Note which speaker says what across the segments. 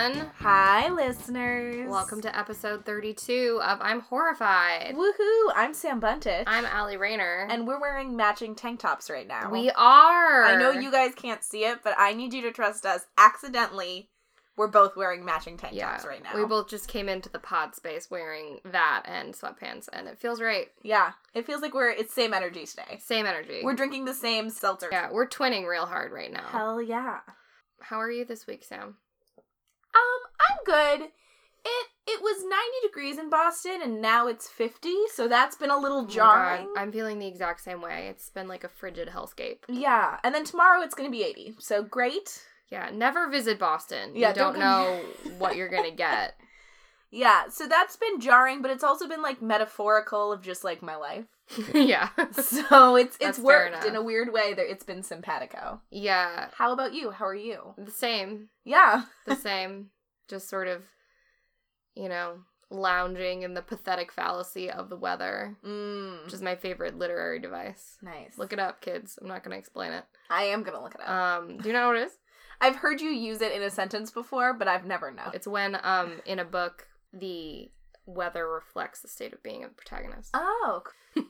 Speaker 1: Hi, listeners.
Speaker 2: Welcome to episode 32 of I'm Horrified.
Speaker 1: Woohoo! I'm Sam Buntit.
Speaker 2: I'm Allie Rayner.
Speaker 1: and we're wearing matching tank tops right now.
Speaker 2: we are.
Speaker 1: I know you guys can't see it, but I need you to trust us. Accidentally, we're both wearing matching tank
Speaker 2: yeah,
Speaker 1: tops right now.
Speaker 2: We both just came into the pod space wearing that and sweatpants, and it feels right.
Speaker 1: Yeah, it feels like we're it's same energy today.
Speaker 2: Same energy.
Speaker 1: We're drinking the same seltzer.
Speaker 2: yeah, we're twinning real hard right now.
Speaker 1: Hell yeah.
Speaker 2: How are you this week, Sam?
Speaker 1: Um, I'm good. It it was 90 degrees in Boston, and now it's 50, so that's been a little
Speaker 2: Oh my God,
Speaker 1: jarring.
Speaker 2: I'm feeling the exact same way. It's been like a frigid hellscape.
Speaker 1: yeah, and then tomorrow it's gonna be 80, so great.
Speaker 2: Yeah, never visit Boston.
Speaker 1: Yeah,
Speaker 2: you don't,
Speaker 1: don't
Speaker 2: know
Speaker 1: come-
Speaker 2: what you're gonna get.
Speaker 1: Yeah, so that's been jarring, but it's also been like metaphorical of just like my life.
Speaker 2: yeah,
Speaker 1: So it's it's
Speaker 2: That's fair
Speaker 1: worked
Speaker 2: enough.
Speaker 1: in a weird way. There, it's been simpatico.
Speaker 2: yeah,
Speaker 1: How about you? How are you?
Speaker 2: the same.
Speaker 1: Yeah,
Speaker 2: the same. Just sort of, you know, lounging in the pathetic fallacy of the weather,
Speaker 1: mm,
Speaker 2: which is my favorite literary device.
Speaker 1: nice.
Speaker 2: Look it up, kids. I'm not going to explain it.
Speaker 1: I am gonna look it up.
Speaker 2: Um, do you know what it is?
Speaker 1: I've heard you use it in a sentence before, but I've never known.
Speaker 2: It's when, um, in a book, the weather reflects the state of being of the protagonist.
Speaker 1: Oh c-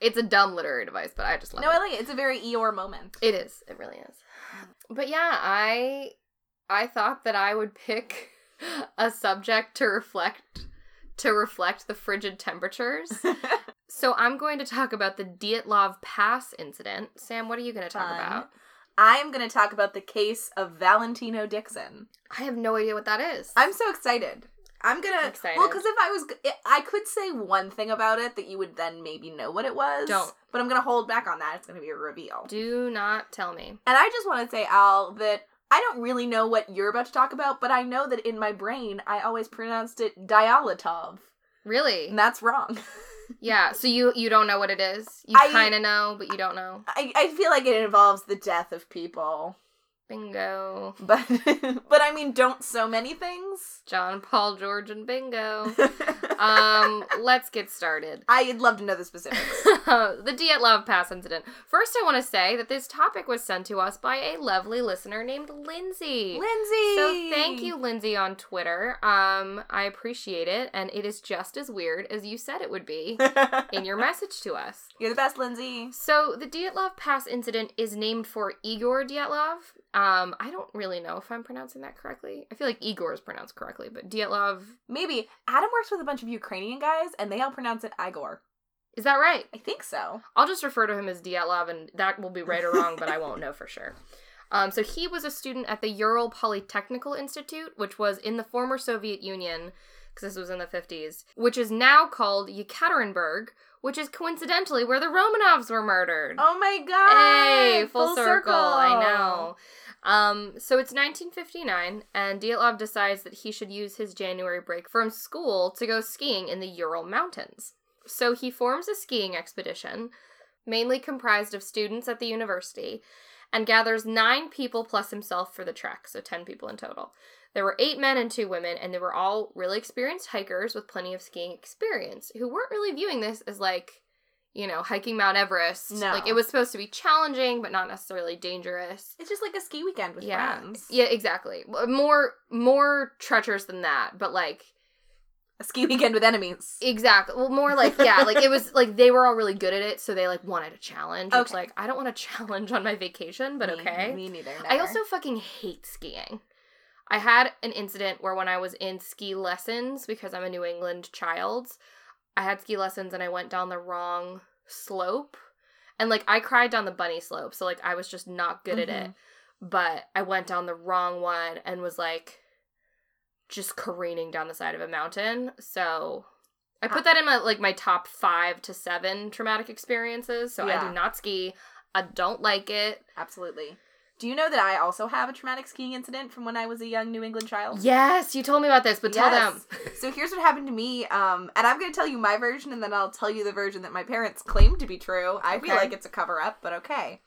Speaker 2: It's a dumb literary device, but I just love
Speaker 1: no,
Speaker 2: it.
Speaker 1: I like it. It's a very Eeyore moment.
Speaker 2: It is. It really is. But yeah, I I thought that I would pick a subject to reflect to reflect the frigid temperatures. so I'm going to talk about the Dietlov Pass incident. Sam, what are you going to talk
Speaker 1: Fun.
Speaker 2: about?
Speaker 1: I am gonna talk about the case of Valentino Dixon.
Speaker 2: I have no idea what that is.
Speaker 1: I'm so excited. I'm gonna
Speaker 2: Excited.
Speaker 1: well because if I was, g- I could say one thing about it that you would then maybe know what it was.
Speaker 2: Don't.
Speaker 1: But I'm gonna hold back on that. It's gonna be a reveal.
Speaker 2: Do not tell me.
Speaker 1: And I just want to say, Al, that I don't really know what you're about to talk about, but I know that in my brain I always pronounced it Dialatov,
Speaker 2: Really?
Speaker 1: and that's wrong.
Speaker 2: Yeah. So you you don't know what it is. You
Speaker 1: I-
Speaker 2: kind of know, but you don't know.
Speaker 1: I, I feel like it involves the death of people,
Speaker 2: Bingo.
Speaker 1: but but I mean, don't so many things.
Speaker 2: John Paul George and bingo. um, let's get started.
Speaker 1: I'd love to know the specifics.
Speaker 2: the Dietlov Pass incident. First, I want to say that this topic was sent to us by a lovely listener named Lindsay.
Speaker 1: Lindsay,
Speaker 2: So thank you, Lindsay, on Twitter. Um, I appreciate it, and it is just as weird as you said it would be in your message to us.
Speaker 1: you're the best, Lindsay.
Speaker 2: So the Dietlov Pass incident is named for Igor Dietlov. Um, I don't really know if I'm pronouncing that correctly. I feel like Igor is pronounced correctly, but Dietlov
Speaker 1: Maybe Adam works with a bunch of Ukrainian guys, and they all pronounce it Igor.
Speaker 2: is that right?
Speaker 1: I think so.
Speaker 2: I'll just refer to him as Dyatlov, and that will be right or wrong, but I won't know for sure. Um, so he was a student at the Ural Polytechnical Institute, which was in the former Soviet Union, because this was in the 50s, which is now called Yekaterinburg, which is coincidentally where the Romanovs were murdered.
Speaker 1: Oh my god!
Speaker 2: Hey, full, circle. I know. Um, so it's 1959, and Dyatlov decides that he should use his January break from school to go skiing in the Ural Mountains. So he forms a skiing expedition, mainly comprised of students at the university, and gathers nine people plus himself for the trek, so 10 people in total. There were eight men and two women, and they were all really experienced hikers with plenty of skiing experience who weren't really viewing this as like, you know, hiking Mount Everest.
Speaker 1: No.
Speaker 2: Like it was supposed to be challenging, but not necessarily dangerous.
Speaker 1: It's just like a ski weekend with
Speaker 2: yeah,
Speaker 1: friends.
Speaker 2: yeah, exactly. More more treacherous than that, but like
Speaker 1: A ski weekend with enemies.
Speaker 2: Exactly. Well, more like yeah, like it was like they were all really good at it, so they like wanted a challenge. Which
Speaker 1: Okay. Mm-hmm.
Speaker 2: like I don't want a challenge on my vacation, but
Speaker 1: Me-
Speaker 2: okay.
Speaker 1: Me, neither.
Speaker 2: I
Speaker 1: never.
Speaker 2: also fucking hate skiing. I had an incident where when I was in ski lessons because I'm a New England child, I had ski lessons and I went down the wrong slope, and like I cried down the bunny slope, so like I was just not good at it
Speaker 1: Mhm.
Speaker 2: but I went down the wrong one and was like just careening down the side of a mountain. So I put that in my like my top five to seven traumatic experiences. So I
Speaker 1: Yeah.
Speaker 2: do not ski. I don't like it.
Speaker 1: Absolutely. Do you know that I also have a traumatic skiing incident from when I was a young New England child?
Speaker 2: Yes, you told me about this, but tell
Speaker 1: Yes.
Speaker 2: them.
Speaker 1: So here's what happened to me, um, and I'm going to tell you my version, and then I'll tell you the version that my parents claim to be true. I feel
Speaker 2: Okay.
Speaker 1: like it's a cover up, but okay.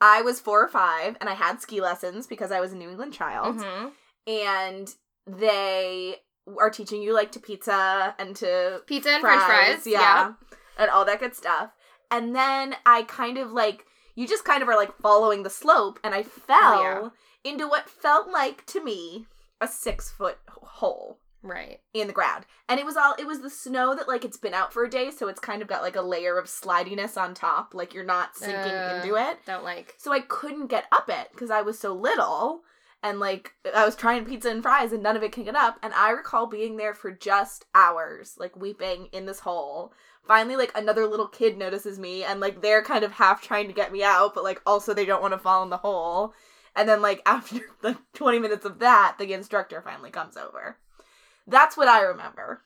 Speaker 1: I was four or five, and I had ski lessons because I was a New England child,
Speaker 2: Mhm.
Speaker 1: and they are teaching you like to pizza and to
Speaker 2: Pizza and French fries. Yeah.
Speaker 1: and all that good stuff. And then I kind of like you
Speaker 2: Oh,
Speaker 1: just kind of are like following the slope, and I fell
Speaker 2: yeah.
Speaker 1: into what felt like to me a six foot hole
Speaker 2: Right.
Speaker 1: in the ground. And it was all it was the snow that like it's been out for a day, so it's kind of got like a layer of slidiness on top, like you're not sinking
Speaker 2: Uh.
Speaker 1: into it.
Speaker 2: Don't like.
Speaker 1: So I couldn't get up it because I was so little and like I was trying pizza and fries and none of it could get up and I recall being there for just hours, like weeping in this hole. Finally like another little kid notices me and like they're kind of half trying to get me out, but like also they don't want to fall in the hole. And then like after the 20 minutes of that, the instructor finally comes over. That's what I remember.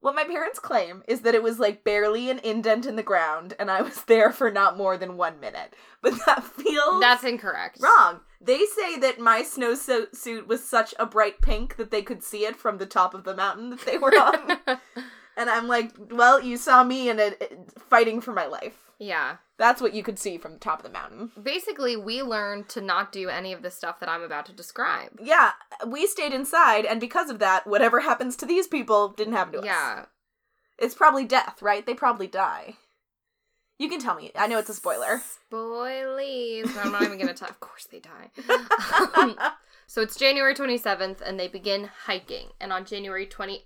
Speaker 1: What my parents claim is that it was like barely an indent in the ground and I was there for not more than 1 minute. But that feels
Speaker 2: That's incorrect.
Speaker 1: Wrong. They say that my snowsuit suit was such a bright pink that they could see it from the top of the mountain that they were on. and I'm like, well, you saw me in it, it- fighting for my life.
Speaker 2: yeah.
Speaker 1: That's what you could see from the top of the mountain.
Speaker 2: Basically, we learned to not do any of the stuff that I'm about to describe.
Speaker 1: Yeah, we stayed inside, and because of that, whatever happens to these people didn't happen to us.
Speaker 2: Yeah.
Speaker 1: It's probably death, right? They probably die. You can tell me. I know it's a spoiler.
Speaker 2: Spoilies. I'm not even going to tell. Of course they die. Um, so it's January 27th, and they begin hiking. And on January 28th,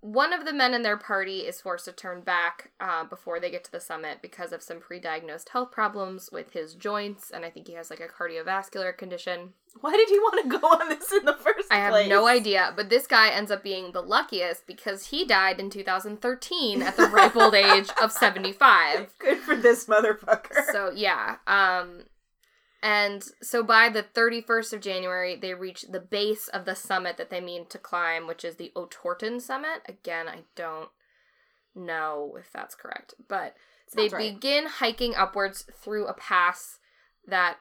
Speaker 2: one of the men in their party is forced to turn back uh, before they get to the summit because of some pre diagnosed health problems with his joints. And I think he has like a cardiovascular condition.
Speaker 1: Why did you want to go on this in the first
Speaker 2: I have
Speaker 1: place?
Speaker 2: no idea, but this guy ends up being the luckiest because he died in 2013 at the ripe old age of 75.
Speaker 1: Good for this motherfucker.
Speaker 2: So yeah, um and so by the 31st of January, they reach the base of the summit that they mean to climb, which is the O'Torton summit. Again, I don't know if that's correct, but they
Speaker 1: Sounds right.
Speaker 2: begin hiking upwards through a pass that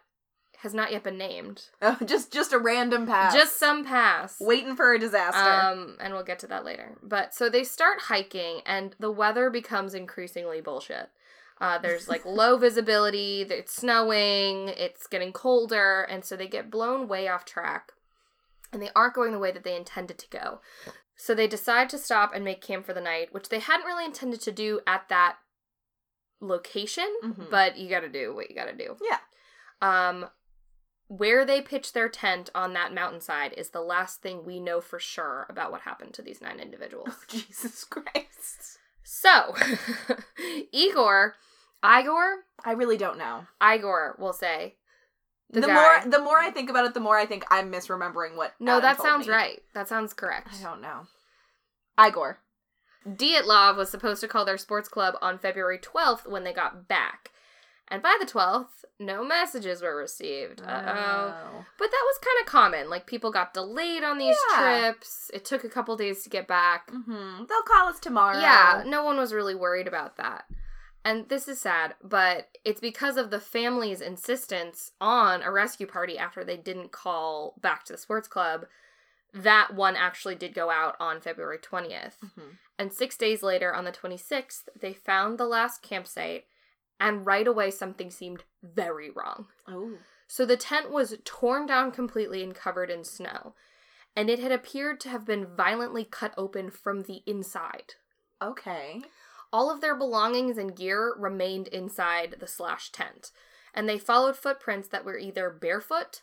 Speaker 2: has not yet been named.
Speaker 1: Oh, just just a random pass.
Speaker 2: Just some pass.
Speaker 1: waiting for a disaster.
Speaker 2: Um, and we'll get to that later. But so they start hiking, and the weather becomes increasingly bullshit. Uh, there's like low visibility, it's snowing, it's getting colder, and so they get blown way off track, and they aren't going the way that they intended to go. So they decide to stop and make camp for the night, which they hadn't really intended to do at that location,
Speaker 1: Mhm.
Speaker 2: but you gotta do what you gotta do.
Speaker 1: Yeah.
Speaker 2: Um, where they pitch their tent on that mountainside is the last thing we know for sure about what happened to these nine individuals.
Speaker 1: Oh, Jesus Christ.
Speaker 2: So, Igor, Igor,
Speaker 1: I really don't know.
Speaker 2: Igor will say,
Speaker 1: The,
Speaker 2: the,
Speaker 1: more
Speaker 2: guy.
Speaker 1: the more I think about it, the more I think I'm misremembering what.
Speaker 2: no,
Speaker 1: Adam
Speaker 2: that
Speaker 1: told
Speaker 2: sounds
Speaker 1: me.
Speaker 2: right. That sounds correct.
Speaker 1: I don't know. Igor.
Speaker 2: Dietlov was supposed to call their sports club on February 12th when they got back. And by the 12th, no messages were received. Uh-oh. But that was kind of common. Like people got delayed on these
Speaker 1: Yeah.
Speaker 2: trips. It took a couple days to get back.
Speaker 1: Mm-hmm. They'll call us tomorrow.
Speaker 2: Yeah, no one was really worried about that. And this is sad, but it's because of the family's insistence on a rescue party after they didn't call back to the sports club. That one actually did go out on February 20th.
Speaker 1: Mhm.
Speaker 2: And six days later, on the 26th, they found the last campsite, and right away, something seemed very wrong.
Speaker 1: Oh.
Speaker 2: So the tent was torn down completely and covered in snow, and it had appeared to have been violently cut open from the inside.
Speaker 1: Okay.
Speaker 2: All of their belongings and gear remained inside the slash tent, and they followed footprints that were either barefoot,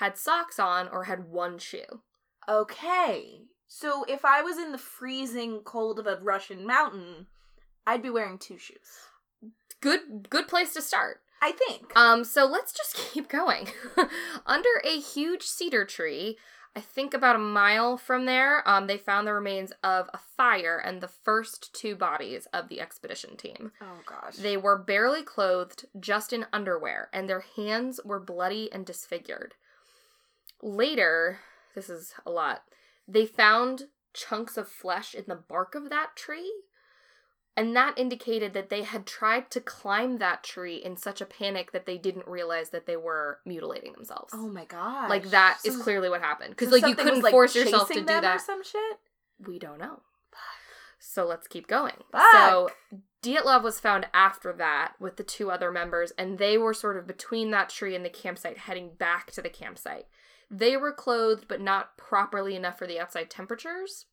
Speaker 2: had socks on, or had one shoe.
Speaker 1: Okay. So if I was in the freezing cold of a Russian mountain, I'd be wearing two shoes.
Speaker 2: Good good place to start.
Speaker 1: I think.
Speaker 2: Um, so let's just keep going. Under a huge cedar tree, I think about a mile from there, um, they found the remains of a fire and the first two bodies of the expedition team.
Speaker 1: oh gosh.
Speaker 2: They were barely clothed, just in underwear, and their hands were bloody and disfigured. Later, this is a lot, they found chunks of flesh in the bark of that tree, and that indicated that they had tried to climb that tree in such a panic that they didn't realize that they were mutilating themselves.
Speaker 1: oh my gosh.
Speaker 2: like that is
Speaker 1: So-
Speaker 2: clearly what happened because
Speaker 1: so
Speaker 2: like you
Speaker 1: something
Speaker 2: couldn't
Speaker 1: was, like,
Speaker 2: force yourself to
Speaker 1: chasing
Speaker 2: do
Speaker 1: them
Speaker 2: that
Speaker 1: or some shit.
Speaker 2: we don't know. So let's keep going.
Speaker 1: Fuck.
Speaker 2: So Dietlov was found after that with the two other members, and they were sort of between that tree and the campsite, heading back to the campsite. They were clothed, but not properly enough for the outside temperatures.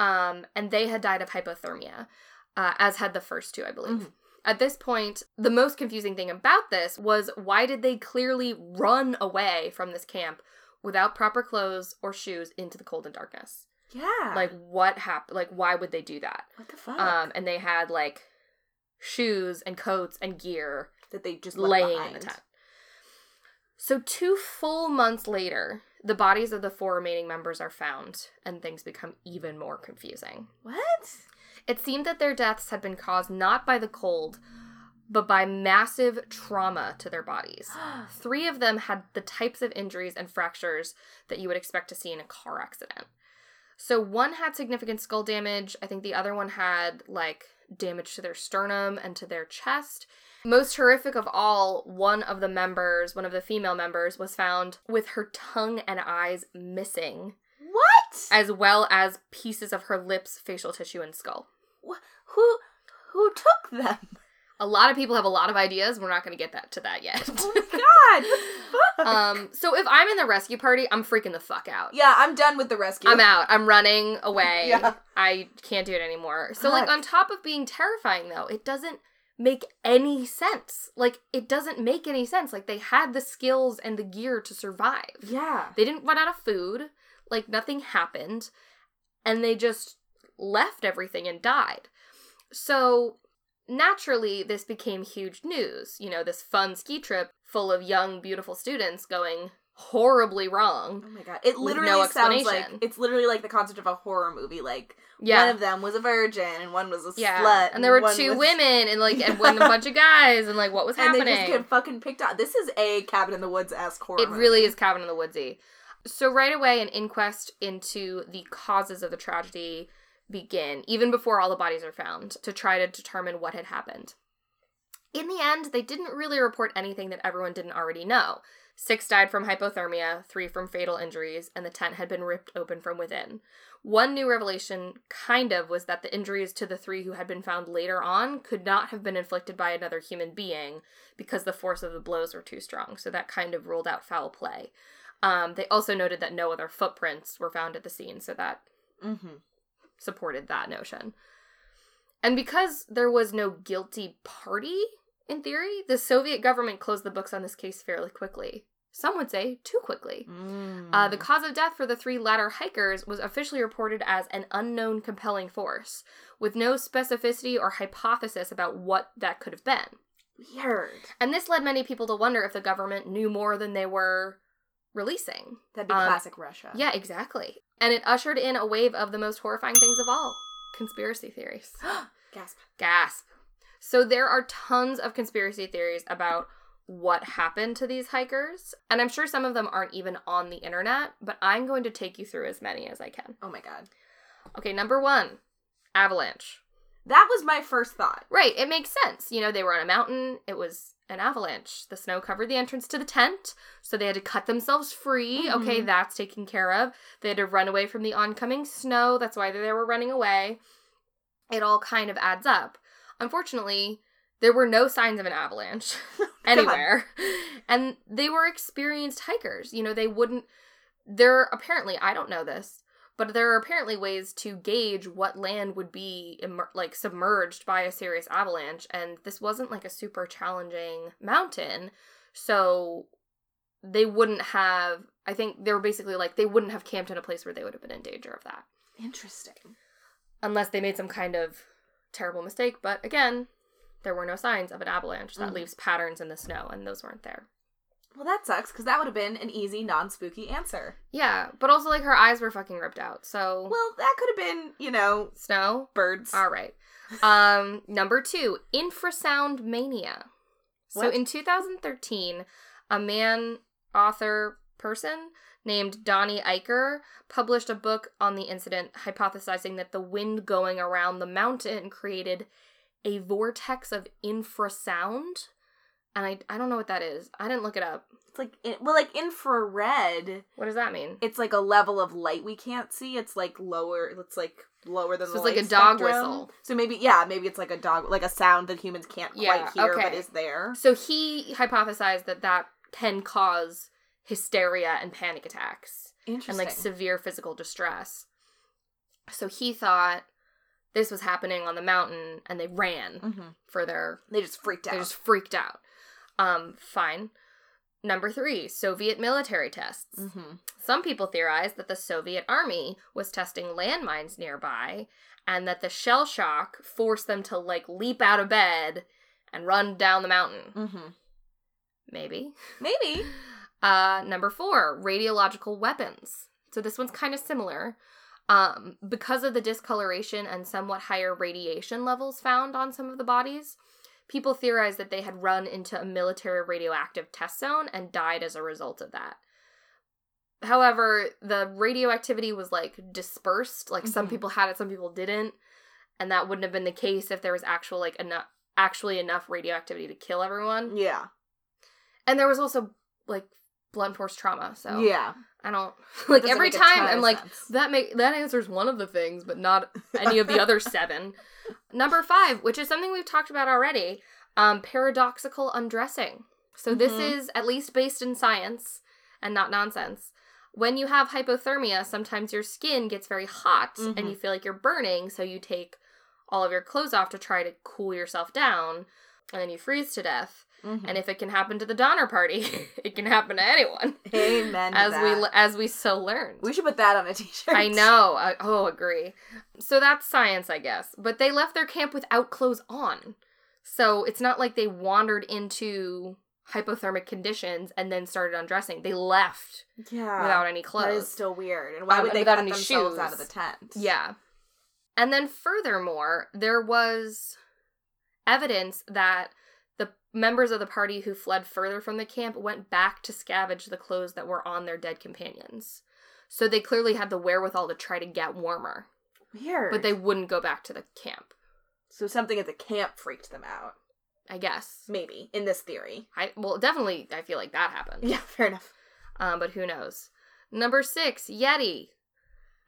Speaker 2: Um, and they had died of hypothermia, uh, as had the first two, I believe.
Speaker 1: Mhm.
Speaker 2: At this point, the most confusing thing about this was why did they clearly run away from this camp without proper clothes or shoes into the cold and darkness.
Speaker 1: Yeah.
Speaker 2: Like what happened? Like why would they do that?
Speaker 1: what the Ah. fuck?
Speaker 2: Um, and they had like shoes and coats and gear
Speaker 1: that they just left
Speaker 2: laying in
Speaker 1: behind.
Speaker 2: the tent. So two full months later, the bodies of the four remaining members are found, and things become even more confusing.
Speaker 1: What?
Speaker 2: It seemed that their deaths had been caused not by the cold, but by massive trauma to their bodies. Three of them had the types of injuries and fractures that you would expect to see in a car accident. So one had significant skull damage. I think the other one had like damage to their sternum and to their chest. Most horrific of all, one of the members, one of the female members, was found with her tongue and eyes missing,
Speaker 1: what?
Speaker 2: as well as pieces of her lips, facial tissue, and skull.
Speaker 1: who who took them?
Speaker 2: A lot of people have a lot of ideas. We're not going to get that to that yet.
Speaker 1: Oh my god. what the fuck?
Speaker 2: um, so if I'm in the rescue party, I'm freaking the fuck out.
Speaker 1: yeah, I'm done with the rescue.
Speaker 2: I'm out. I'm running away.
Speaker 1: Yeah.
Speaker 2: I can't do it anymore. So like
Speaker 1: Fuck.
Speaker 2: on top of being terrifying though, it doesn't make any sense. Like it doesn't make any sense. Like they had the skills and the gear to survive.
Speaker 1: Yeah.
Speaker 2: They didn't run out of food. Like nothing happened. And they just left everything and died. So naturally, this became huge news. You know, this fun ski trip full of young, beautiful students going horribly wrong.
Speaker 1: Oh my god. It
Speaker 2: With
Speaker 1: literally
Speaker 2: no
Speaker 1: sounds like
Speaker 2: explanation.
Speaker 1: it's literally like the concept of a horror movie. Like
Speaker 2: Yeah.
Speaker 1: one of them was a virgin and one was a
Speaker 2: yeah.
Speaker 1: slut.
Speaker 2: and there were
Speaker 1: one
Speaker 2: two
Speaker 1: was-
Speaker 2: women and like and one a bunch of guys and like what was
Speaker 1: And
Speaker 2: happening.
Speaker 1: they just get fucking picked out. This is a cabin in the woods esque horror.
Speaker 2: It really is Cabin in the Woodsy. So right away, an inquest into the causes of the tragedy begin, even before all the bodies are found, to try to determine what had happened. In the end, they didn't really report anything that everyone didn't already know. Six died from hypothermia, three from fatal injuries, and the tent had been ripped open from within. One new revelation, kind of, was that the injuries to the three who had been found later on could not have been inflicted by another human being, because the force of the blows were too strong. So that kind of ruled out foul play. Um, they also noted that no other footprints were found at the scene, so that
Speaker 1: Mm-hmm.
Speaker 2: supported that notion. And because there was no guilty party, in theory, the Soviet government closed the books on this case fairly quickly. Some would say too quickly. Uh,
Speaker 1: Mm.
Speaker 2: the cause of death for the three latter hikers was officially reported as an unknown compelling force, with no specificity or hypothesis about what that could have been.
Speaker 1: Weird.
Speaker 2: And this led many people to wonder if the government knew more than they were releasing.
Speaker 1: That'd be
Speaker 2: Um,
Speaker 1: classic Russia.
Speaker 2: Yeah, exactly. And it ushered in a wave of the most horrifying things of all conspiracy theories.
Speaker 1: Gasp.
Speaker 2: Gasp. So there are tons of conspiracy theories about what happened to these hikers. And I'm sure some of them aren't even on the internet, but I'm going to take you through as many as I can.
Speaker 1: Oh my god.
Speaker 2: Okay, number one avalanche.
Speaker 1: That was my first thought.
Speaker 2: Right, it makes sense. You know, they were on a mountain, it was an avalanche. The snow covered the entrance to the tent, so they had to cut themselves free.
Speaker 1: Mhm.
Speaker 2: Okay, that's taken care of. They had to run away from the oncoming snow, that's why they were running away. It all kind of adds up. Unfortunately, there were no signs of an avalanche anywhere. And they were experienced hikers. You know, they wouldn't there are apparently, I don't know this, but there are apparently ways to gauge what land would be immer- like submerged by a serious avalanche and this wasn't like a super challenging mountain so they wouldn't have i think they were basically like they wouldn't have camped in a place where they would have been in danger of that
Speaker 1: Interesting.
Speaker 2: unless they made some kind of terrible mistake but again there were no signs of an avalanche that
Speaker 1: Mhm.
Speaker 2: leaves patterns in the snow and those weren't there
Speaker 1: Well, that sucks because that would have been an easy, non spooky answer.
Speaker 2: yeah but also like her eyes were fucking ripped out so
Speaker 1: Well, that could have been, you know,
Speaker 2: snow
Speaker 1: birds.
Speaker 2: All right. Um, number two, infrasound mania. So
Speaker 1: What?
Speaker 2: in 2013, a man, author, person named Donnie Eicher published a book on the incident, hypothesizing that the wind going around the mountain created a vortex of infrasound. And I, I don't know what that is. I didn't look it up.
Speaker 1: It's like, it, well, like infrared.
Speaker 2: What does that mean?
Speaker 1: It's like a level of light we can't see. It's like lower. It's like lower than
Speaker 2: So
Speaker 1: the
Speaker 2: it's like
Speaker 1: light
Speaker 2: a dog
Speaker 1: spectrum.
Speaker 2: whistle.
Speaker 1: So maybe, yeah, maybe it's like a dog, like a sound that humans can't
Speaker 2: Yeah,
Speaker 1: quite hear, but
Speaker 2: okay.
Speaker 1: is there.
Speaker 2: So he hypothesized that that can cause hysteria and panic attacks.
Speaker 1: Interesting.
Speaker 2: and like severe physical distress. So he thought this was happening on the mountain and they ran
Speaker 1: Mhm.
Speaker 2: for their
Speaker 1: They just freaked out.
Speaker 2: they just freaked out. Um fine. Number three, Soviet military tests.
Speaker 1: Mm-hmm.
Speaker 2: Some people theorize that the Soviet army was testing landmines nearby and that the shell shock forced them to like leap out of bed and run down the mountain.
Speaker 1: Mm-hmm.
Speaker 2: Maybe.
Speaker 1: Maybe.
Speaker 2: Uh, number four, radiological weapons. So this one's kind of similar. Um, because of the discoloration and somewhat higher radiation levels found on some of the bodies, people theorized that they had run into a military radioactive test zone and died as a result of that. However, the radioactivity was like dispersed. Like some
Speaker 1: Mhm.
Speaker 2: people had it, some people didn't, and that wouldn't have been the case if there was actual like enough actually enough radioactivity to kill everyone.
Speaker 1: Yeah.
Speaker 2: And there was also like blunt force trauma, so
Speaker 1: Yeah.
Speaker 2: I don't
Speaker 1: That
Speaker 2: like
Speaker 1: doesn't
Speaker 2: every
Speaker 1: make a
Speaker 2: time
Speaker 1: ton
Speaker 2: I'm
Speaker 1: of
Speaker 2: like
Speaker 1: sense.
Speaker 2: that make that answers one of the things, but not any of the other seven. Number five, which is something we've talked about already, um, paradoxical undressing. So this
Speaker 1: Mhm.
Speaker 2: is at least based in science and not nonsense. When you have hypothermia, sometimes your skin gets very hot and
Speaker 1: Mhm.
Speaker 2: you feel like you're burning, so you take all of your clothes off to try to cool yourself down, and then you freeze to death.
Speaker 1: Mhm.
Speaker 2: And if it can happen to the Donner Party, it can happen to anyone.
Speaker 1: Amen to
Speaker 2: as we
Speaker 1: that.
Speaker 2: le- as we so learned.
Speaker 1: we should put that on a t-shirt.
Speaker 2: I know. I, oh, agree. So that's science, I guess. But they left their camp without clothes on, so it's not like they wandered into hypothermic conditions and then started undressing. They left
Speaker 1: Yeah.
Speaker 2: without any clothes.
Speaker 1: that is still weird. And why
Speaker 2: Um,
Speaker 1: would they
Speaker 2: without
Speaker 1: cut
Speaker 2: any
Speaker 1: themselves out of the
Speaker 2: shoes.
Speaker 1: tent?
Speaker 2: Yeah. And then furthermore, there was evidence that the members of the party who fled further from the camp went back to scavenge the clothes that were on their dead companions. So they clearly had the wherewithal to try to get warmer,
Speaker 1: Weird.
Speaker 2: but they wouldn't go back to the camp,
Speaker 1: so something at the camp freaked them out.
Speaker 2: I guess.
Speaker 1: Maybe in this theory.
Speaker 2: I well, definitely I feel like that happened.
Speaker 1: Yeah, fair enough.
Speaker 2: Um, but who knows? Number six, Yeti.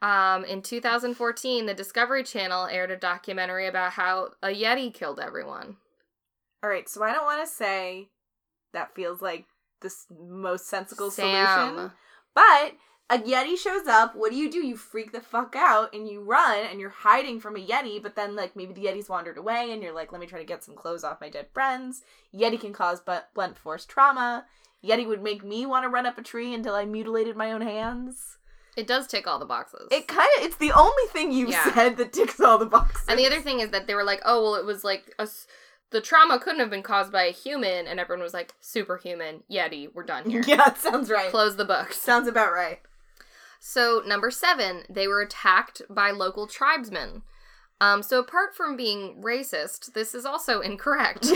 Speaker 2: Um, in 2014, the Discovery Channel aired a documentary about how a Yeti killed everyone.
Speaker 1: All right, so I don't want to say that feels like the s- most sensible
Speaker 2: Sam.
Speaker 1: solution, but a yeti shows up. What do you do? You freak the fuck out and you run and you're hiding from a yeti. But then, like maybe the yeti's wandered away and you're like, let me try to get some clothes off my dead friends. Yeti can cause but blunt force trauma. Yeti would make me want to run up a tree until I mutilated my own hands.
Speaker 2: It does tick all the boxes.
Speaker 1: It kind of it's the only thing you
Speaker 2: Yeah.
Speaker 1: have said that ticks all the boxes.
Speaker 2: and the other thing is that they were like, oh, well, it was like a s the trauma couldn't have been caused by a human. And everyone was like, superhuman, Yeti, we're done here.
Speaker 1: yeah, it sounds right.
Speaker 2: Close the books.
Speaker 1: Sounds about right.
Speaker 2: So, number seven, they were attacked by local tribesmen. Um, so, apart from being racist, this is also incorrect.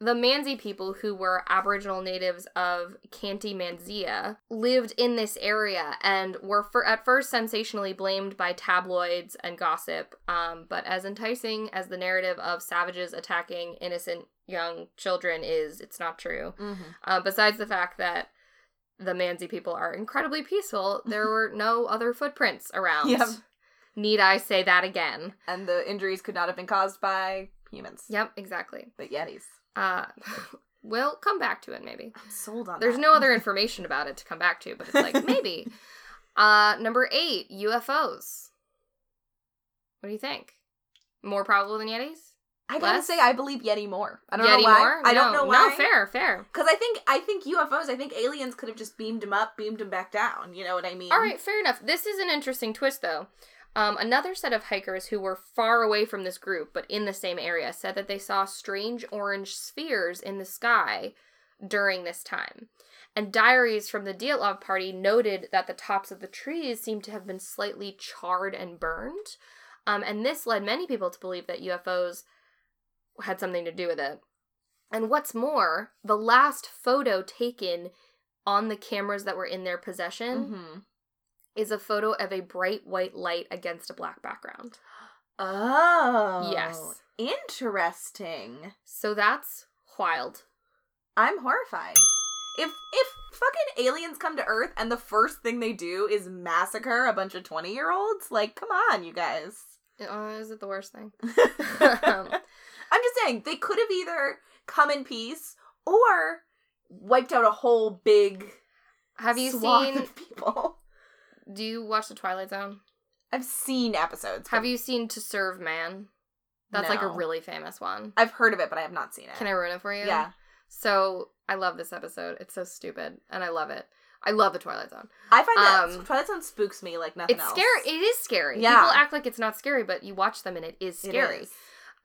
Speaker 2: the Manzi people, who were Aboriginal natives of Canty Manzia, lived in this area and were for, at first sensationally blamed by tabloids and gossip, um, but as enticing as the narrative of savages attacking innocent young children is, it's not true.
Speaker 1: Mm-hmm.
Speaker 2: Uh, besides the fact that the Manzi people are incredibly peaceful, there were no other footprints around.
Speaker 1: Yep.
Speaker 2: Need I say that again?
Speaker 1: and the injuries could not have been caused by humans,
Speaker 2: Yep, exactly.
Speaker 1: but yetis.
Speaker 2: Uh, we'll come back to it maybe.
Speaker 1: I'm sold on.
Speaker 2: There's
Speaker 1: that.
Speaker 2: no other information about it to come back to, but it's like maybe. Uh, number eight, UFOs. What do you think? More probable than Yetis?
Speaker 1: I gotta
Speaker 2: less?
Speaker 1: say, I believe yeti more. I don't
Speaker 2: Yeti
Speaker 1: know why.
Speaker 2: more?
Speaker 1: I don't
Speaker 2: No,
Speaker 1: know why.
Speaker 2: No, fair, fair.
Speaker 1: Because I think I think UFOs. I think aliens could have just beamed him up, beamed him back down. You know what I mean?
Speaker 2: All right, fair enough. This is an interesting twist, though. Um, another set of hikers who were far away from this group but in the same area said that they saw strange orange spheres in the sky during this time. And diaries from the Diatlov party noted that the tops of the trees seemed to have been slightly charred and burned. Um, and this led many people to believe that UFOs had something to do with it. And what's more, the last photo taken on the cameras that were in their possession
Speaker 1: Mm-hmm.
Speaker 2: is a photo of a bright white light against a black background.
Speaker 1: Oh.
Speaker 2: Yes.
Speaker 1: Interesting.
Speaker 2: So that's wild.
Speaker 1: I'm horrified. If if fucking aliens come to Earth and the first thing they do is massacre a bunch of twenty year olds, like come on, you guys.
Speaker 2: Uh,
Speaker 1: oh,
Speaker 2: is it the worst thing?
Speaker 1: I'm just saying they could have either come in peace or wiped out a whole big
Speaker 2: Have you
Speaker 1: swath
Speaker 2: seen?
Speaker 1: of people.
Speaker 2: Do you watch The Twilight Zone?
Speaker 1: I've seen episodes.
Speaker 2: Have
Speaker 1: but
Speaker 2: you seen To Serve Man? That's like a
Speaker 1: No.
Speaker 2: really famous one.
Speaker 1: I've heard of it, but I have not seen it.
Speaker 2: Can I ruin it for you?
Speaker 1: Yeah.
Speaker 2: So I love this episode. It's so stupid, and I love it. I love the Twilight Zone.
Speaker 1: I find that
Speaker 2: Um,
Speaker 1: Twilight Zone spooks me like nothing
Speaker 2: It's
Speaker 1: else.
Speaker 2: scary. It is scary.
Speaker 1: Yeah.
Speaker 2: People act like it's not scary, but you watch them and it is
Speaker 1: It
Speaker 2: scary.
Speaker 1: is.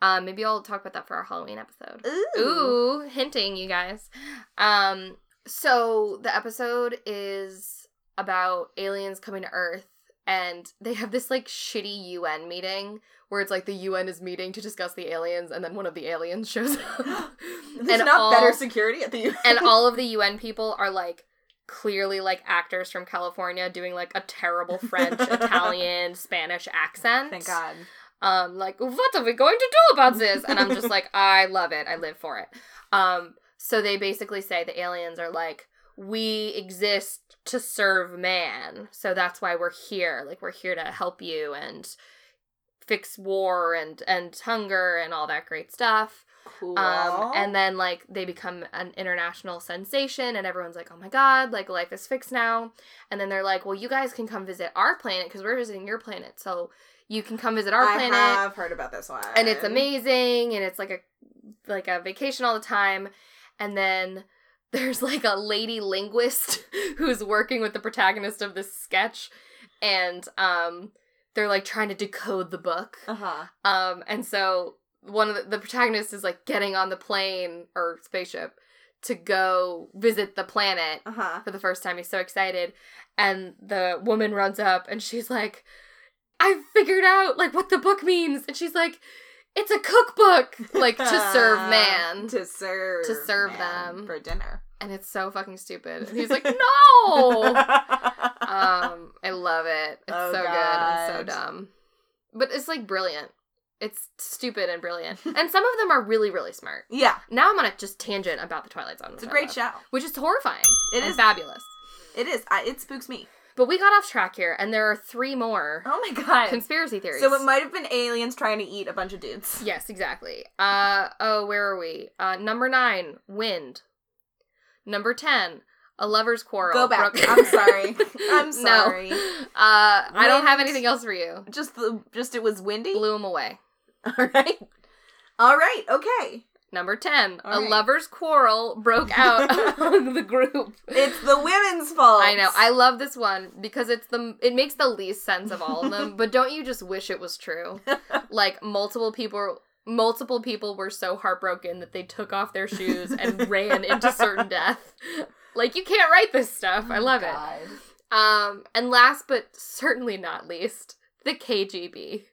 Speaker 2: Um, maybe I'll talk about that for our Halloween episode.
Speaker 1: Ooh.
Speaker 2: Ooh, hinting, you guys. Um, so the episode is about aliens coming to Earth, and they have this like shitty UN meeting where it's like the UN is meeting to discuss the aliens, and then one of the aliens shows up,
Speaker 1: There's not better security at the
Speaker 2: and all of the UN people are like clearly like actors from California doing like a terrible French, Italian, Spanish accent
Speaker 1: Thank God.
Speaker 2: um like what are we going to do about this and i'm just like i love it i live for it um so they basically say the aliens are like we exist to serve man so that's why we're here like we're here to help you and fix war and and hunger and all that great stuff
Speaker 1: Cool.
Speaker 2: um, and then like they become an international sensation, and everyone's like, "Oh my god, like life is fixed now." And then they're like, "Well, you guys can come visit our planet because we're visiting your planet, so you can come visit our
Speaker 1: I
Speaker 2: planet,
Speaker 1: have heard about this one,
Speaker 2: and it's amazing, and it's like a like a vacation all the time." And then there's like a lady linguist who's working with the protagonist of this sketch, and um, they're like trying to decode the book.
Speaker 1: Uh huh.
Speaker 2: Um, and so one of the, the protagonist is like getting on the plane or spaceship to go visit the planet
Speaker 1: Uh huh.
Speaker 2: for the first time. He's so excited, and the woman runs up and she's like, "I figured out like what the book means," and she's like, "It's a cookbook, like to serve man."
Speaker 1: Uh, to serve
Speaker 2: To serve
Speaker 1: man
Speaker 2: them.
Speaker 1: for dinner.
Speaker 2: And it's so fucking stupid. And he's like, "No." um, I love it. It's
Speaker 1: Oh,
Speaker 2: so good and
Speaker 1: God.
Speaker 2: so dumb. But it's like brilliant. It's stupid and brilliant. And some of them are really, really smart.
Speaker 1: yeah,
Speaker 2: Now I'm on a just tangent about the Twilight Zone.
Speaker 1: it's a
Speaker 2: which I
Speaker 1: great
Speaker 2: love,
Speaker 1: show.
Speaker 2: Which is horrifying.
Speaker 1: It
Speaker 2: and
Speaker 1: is.
Speaker 2: fabulous.
Speaker 1: It is. I, it spooks me.
Speaker 2: But we got off track here, and there are three more
Speaker 1: Oh my god.
Speaker 2: conspiracy theories.
Speaker 1: so it might have been aliens trying to eat a bunch of dudes.
Speaker 2: yes, exactly. Uh oh, where are we? Uh number nine, wind. Number ten, a lover's quarrel.
Speaker 1: Go back.
Speaker 2: Brooke-
Speaker 1: I'm sorry.
Speaker 2: No.
Speaker 1: I'm sorry.
Speaker 2: Uh, I don't have
Speaker 1: Wind.
Speaker 2: anything else for you.
Speaker 1: Just the just it was windy.
Speaker 2: Blew him away.
Speaker 1: All right. All right. Okay.
Speaker 2: Number 10,
Speaker 1: All
Speaker 2: a
Speaker 1: right.
Speaker 2: lover's quarrel broke out among the group.
Speaker 1: It's the women's fault.
Speaker 2: I know. I love this one because it's the it makes the least sense of all of them, but don't you just wish it was true? Like multiple people multiple people were so heartbroken that they took off their shoes and ran into certain death. Like you can't write this stuff. I love it.
Speaker 1: it.
Speaker 2: Um, and last but certainly not least, the KGB.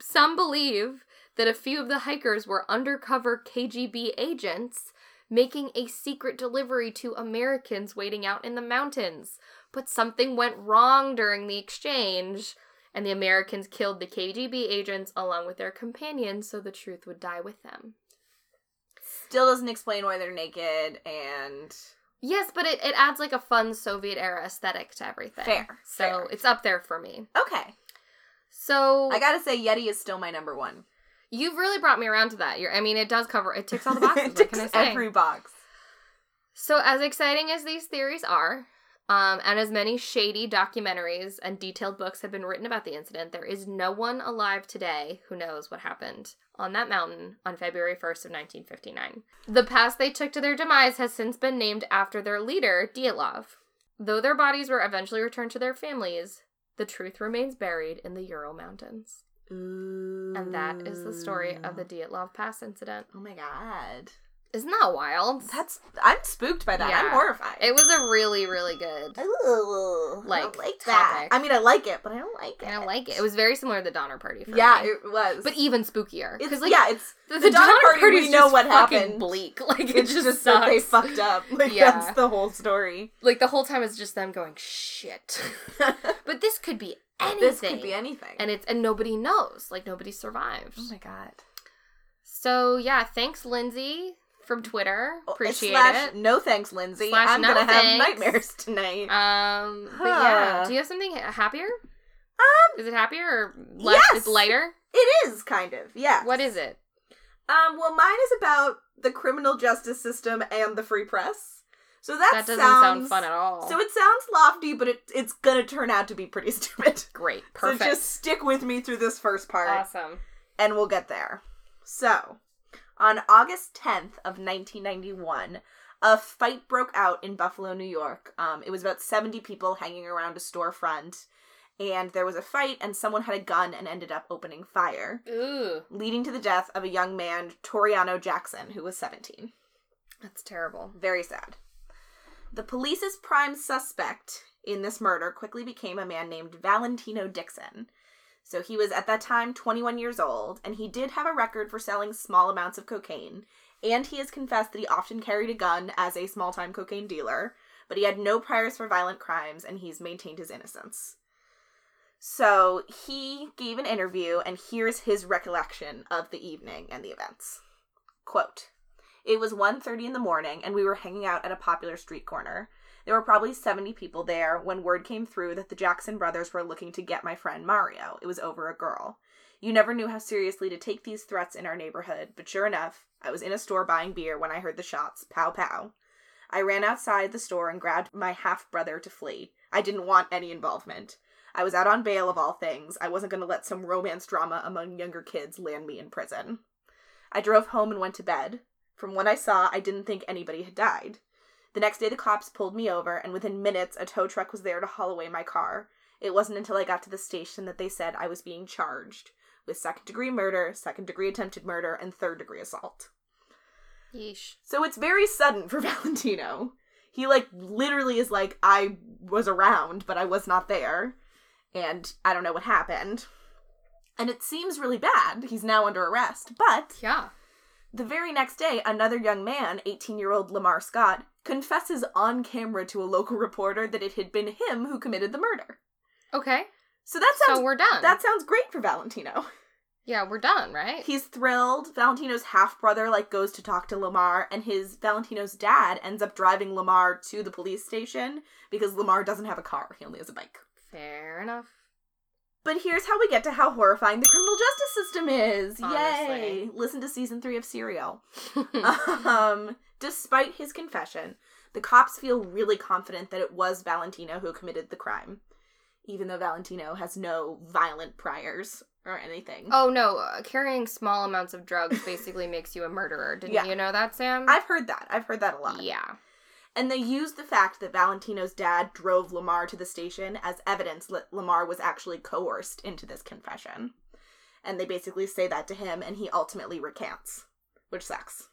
Speaker 2: Some believe that a few of the hikers were undercover KGB agents making a secret delivery to Americans waiting out in the mountains. But something went wrong during the exchange, and the Americans killed the KGB agents along with their companions so the truth would die with them.
Speaker 1: Still doesn't explain why they're naked and
Speaker 2: Yes, but it, it adds like a fun Soviet era aesthetic to everything.
Speaker 1: Fair,
Speaker 2: So
Speaker 1: fair.
Speaker 2: it's up there for me.
Speaker 1: okay.
Speaker 2: So
Speaker 1: I gotta say, Yeti is still my number one.
Speaker 2: You've really brought me around to that. You're, I mean, it does cover it ticks all the boxes.
Speaker 1: It
Speaker 2: what can I
Speaker 1: ticks
Speaker 2: say?
Speaker 1: Every box.
Speaker 2: so, as exciting as these theories are, um, and as many shady documentaries and detailed books have been written about the incident, there is no one alive today who knows what happened on that mountain on February 1st of 1959. The pass they took to their demise has since been named after their leader, Diatlov. Though their bodies were eventually returned to their families, the truth remains buried in the Ural Mountains. And that is the story of the Dyatlov Pass incident.
Speaker 1: Oh my god.
Speaker 2: Isn't that wild?
Speaker 1: That's I'm spooked by that.
Speaker 2: Yeah.
Speaker 1: I'm horrified.
Speaker 2: It was a really, really good.
Speaker 1: Ooh, I
Speaker 2: like,
Speaker 1: don't like that.
Speaker 2: topic.
Speaker 1: I mean, I like it, but I don't like it.
Speaker 2: I don't like it. It was very similar to the Donner Party. For
Speaker 1: yeah,
Speaker 2: me.
Speaker 1: it was.
Speaker 2: but even spookier.
Speaker 1: it's
Speaker 2: Because like
Speaker 1: yeah, it's
Speaker 2: the,
Speaker 1: the Donner Party, we
Speaker 2: is
Speaker 1: know
Speaker 2: just
Speaker 1: what
Speaker 2: fucking
Speaker 1: happened.
Speaker 2: Bleak. Like it
Speaker 1: it's
Speaker 2: just,
Speaker 1: just,
Speaker 2: sucks.
Speaker 1: that they fucked up. Like
Speaker 2: Yeah.
Speaker 1: that's the whole story.
Speaker 2: Like the whole time it's just them going shit. but this could be anything.
Speaker 1: This could be anything.
Speaker 2: and it's and nobody knows. Like nobody survived.
Speaker 1: oh my god.
Speaker 2: So yeah, thanks Lindsay from Twitter. Appreciate
Speaker 1: Oh, uh, Slash,
Speaker 2: it.
Speaker 1: No thanks, Lindsay.
Speaker 2: Slash
Speaker 1: I'm
Speaker 2: no
Speaker 1: gonna have
Speaker 2: thanks.
Speaker 1: nightmares tonight.
Speaker 2: Um, but yeah,
Speaker 1: Huh.
Speaker 2: do you have something happier?
Speaker 1: Um,
Speaker 2: Is it happier or less? It's
Speaker 1: yes!
Speaker 2: lighter.
Speaker 1: it is kind of yeah.
Speaker 2: What is it?
Speaker 1: Um, well, mine is about the criminal justice system and the free press. So that,
Speaker 2: That doesn't
Speaker 1: sounds
Speaker 2: sound fun at all.
Speaker 1: So it sounds lofty, but it, it's gonna turn out to be pretty stupid.
Speaker 2: great, perfect,
Speaker 1: So just stick with me through this first part,
Speaker 2: awesome.
Speaker 1: and we'll get there. So, on August 10th of 1991, a fight broke out in Buffalo, New York. Um, it was about 70 people hanging around a storefront, and there was a fight, and someone had a gun and ended up opening fire,
Speaker 2: Ooh,
Speaker 1: leading to the death of a young man, Toriano Jackson, who was 17.
Speaker 2: that's terrible.
Speaker 1: Very sad. The police's prime suspect in this murder quickly became a man named Valentino Dixon. So he was at that time 21 years old, and he did have a record for selling small amounts of cocaine. And he has confessed that he often carried a gun as a small time cocaine dealer, but he had no priors for violent crimes, and he's maintained his innocence. So he gave an interview, and here's his recollection of the evening and the events. Quote it was 1.30 in the morning, and we were hanging out at a popular street corner. There were probably 70 people there when word came through that the Jackson brothers were looking to get my friend Mario. It was over a girl. You never knew how seriously to take these threats in our neighborhood, but sure enough, I was in a store buying beer when I heard the shots pow pow. I ran outside the store and grabbed my half brother to flee. I didn't want any involvement. I was out on bail of all things. I wasn't going to let some romance drama among younger kids land me in prison. I drove home and went to bed. From what I saw, I didn't think anybody had died. The next day, the cops pulled me over, and within minutes, a tow truck was there to haul away my car. It wasn't until I got to the station that they said I was being charged with second degree murder, second degree attempted murder, and third degree assault.
Speaker 2: Yeesh.
Speaker 1: So it's very sudden for Valentino. He, like, literally is like, I was around, but I was not there, and I don't know what happened. And it seems really bad. He's now under arrest, but
Speaker 2: Yeah.
Speaker 1: the very next day, another young man, 18 year old Lamar Scott, confesses on camera to a local reporter that it had been him who committed the murder.
Speaker 2: Okay.
Speaker 1: So that sounds
Speaker 2: so we're done.
Speaker 1: that sounds great for Valentino.
Speaker 2: yeah, we're done, right?
Speaker 1: He's thrilled. Valentino's half brother like goes to talk to Lamar, and his Valentino's dad ends up driving Lamar to the police station because Lamar doesn't have a car; he only has a bike.
Speaker 2: Fair enough.
Speaker 1: But here's how we get to how horrifying the criminal justice system is. Yay!
Speaker 2: Honestly.
Speaker 1: Listen to season three of Serial. um, despite his confession, the cops feel really confident that it was Valentino who committed the crime, even though Valentino has no violent priors or anything.
Speaker 2: oh no, uh, carrying small amounts of drugs basically makes you a murderer. Didn't
Speaker 1: Yeah.
Speaker 2: you know that, Sam?
Speaker 1: I've heard that. I've heard that a lot.
Speaker 2: yeah.
Speaker 1: And they used the fact that Valentino's dad drove Lamar to the station as evidence that Lamar was actually coerced into this confession. And they basically say that to him, and he ultimately recants, which sucks.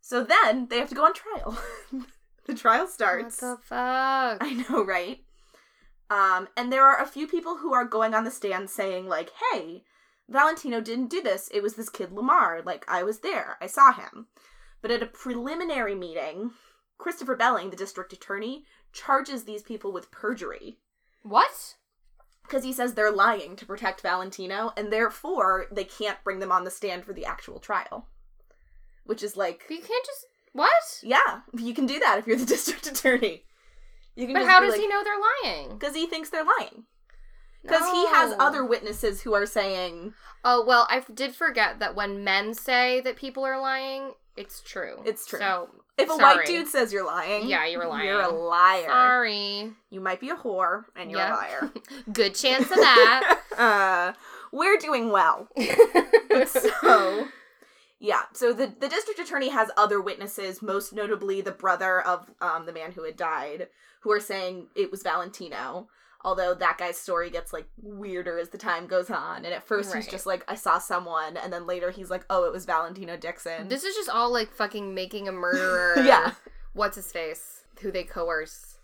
Speaker 1: So then they have to go on trial. the trial starts.
Speaker 2: What the fuck?
Speaker 1: I know, right? Um, and there are a few people who are going on the stand saying, like, hey, Valentino didn't do this. It was this kid Lamar. Like, I was there. I saw him. But at a preliminary meeting, Christopher Belling, the district attorney, charges these people with perjury
Speaker 2: What?
Speaker 1: because he says they're lying to protect Valentino and therefore they can't bring them on the stand for the actual trial. Which is like,
Speaker 2: You can't just what?
Speaker 1: yeah, you can do that if you're the district attorney. You can
Speaker 2: But
Speaker 1: just
Speaker 2: how
Speaker 1: be
Speaker 2: does
Speaker 1: like-
Speaker 2: he know they're lying?
Speaker 1: because he thinks they're lying. Because he has
Speaker 2: No.
Speaker 1: other witnesses who are saying
Speaker 2: Oh well, I f- did forget that when men say that people are lying, it's true.
Speaker 1: It's true.
Speaker 2: So
Speaker 1: if a
Speaker 2: Sorry.
Speaker 1: white dude says you're lying,
Speaker 2: Yeah, you're lying.
Speaker 1: You're a liar.
Speaker 2: sorry.
Speaker 1: You might be a whore, and you're
Speaker 2: Yeah.
Speaker 1: a liar.
Speaker 2: Good chance of that.
Speaker 1: uh, we're doing well. so yeah so the, the district attorney has other witnesses most notably the brother of um, the man who had died who are saying it was valentino although that guy's story gets like weirder as the time goes on and at first he's
Speaker 2: Right.
Speaker 1: just like i saw someone and then later he's like oh it was valentino dixon
Speaker 2: This is just all like fucking making a murderer.
Speaker 1: Yeah.
Speaker 2: What's his face? Who they coerce?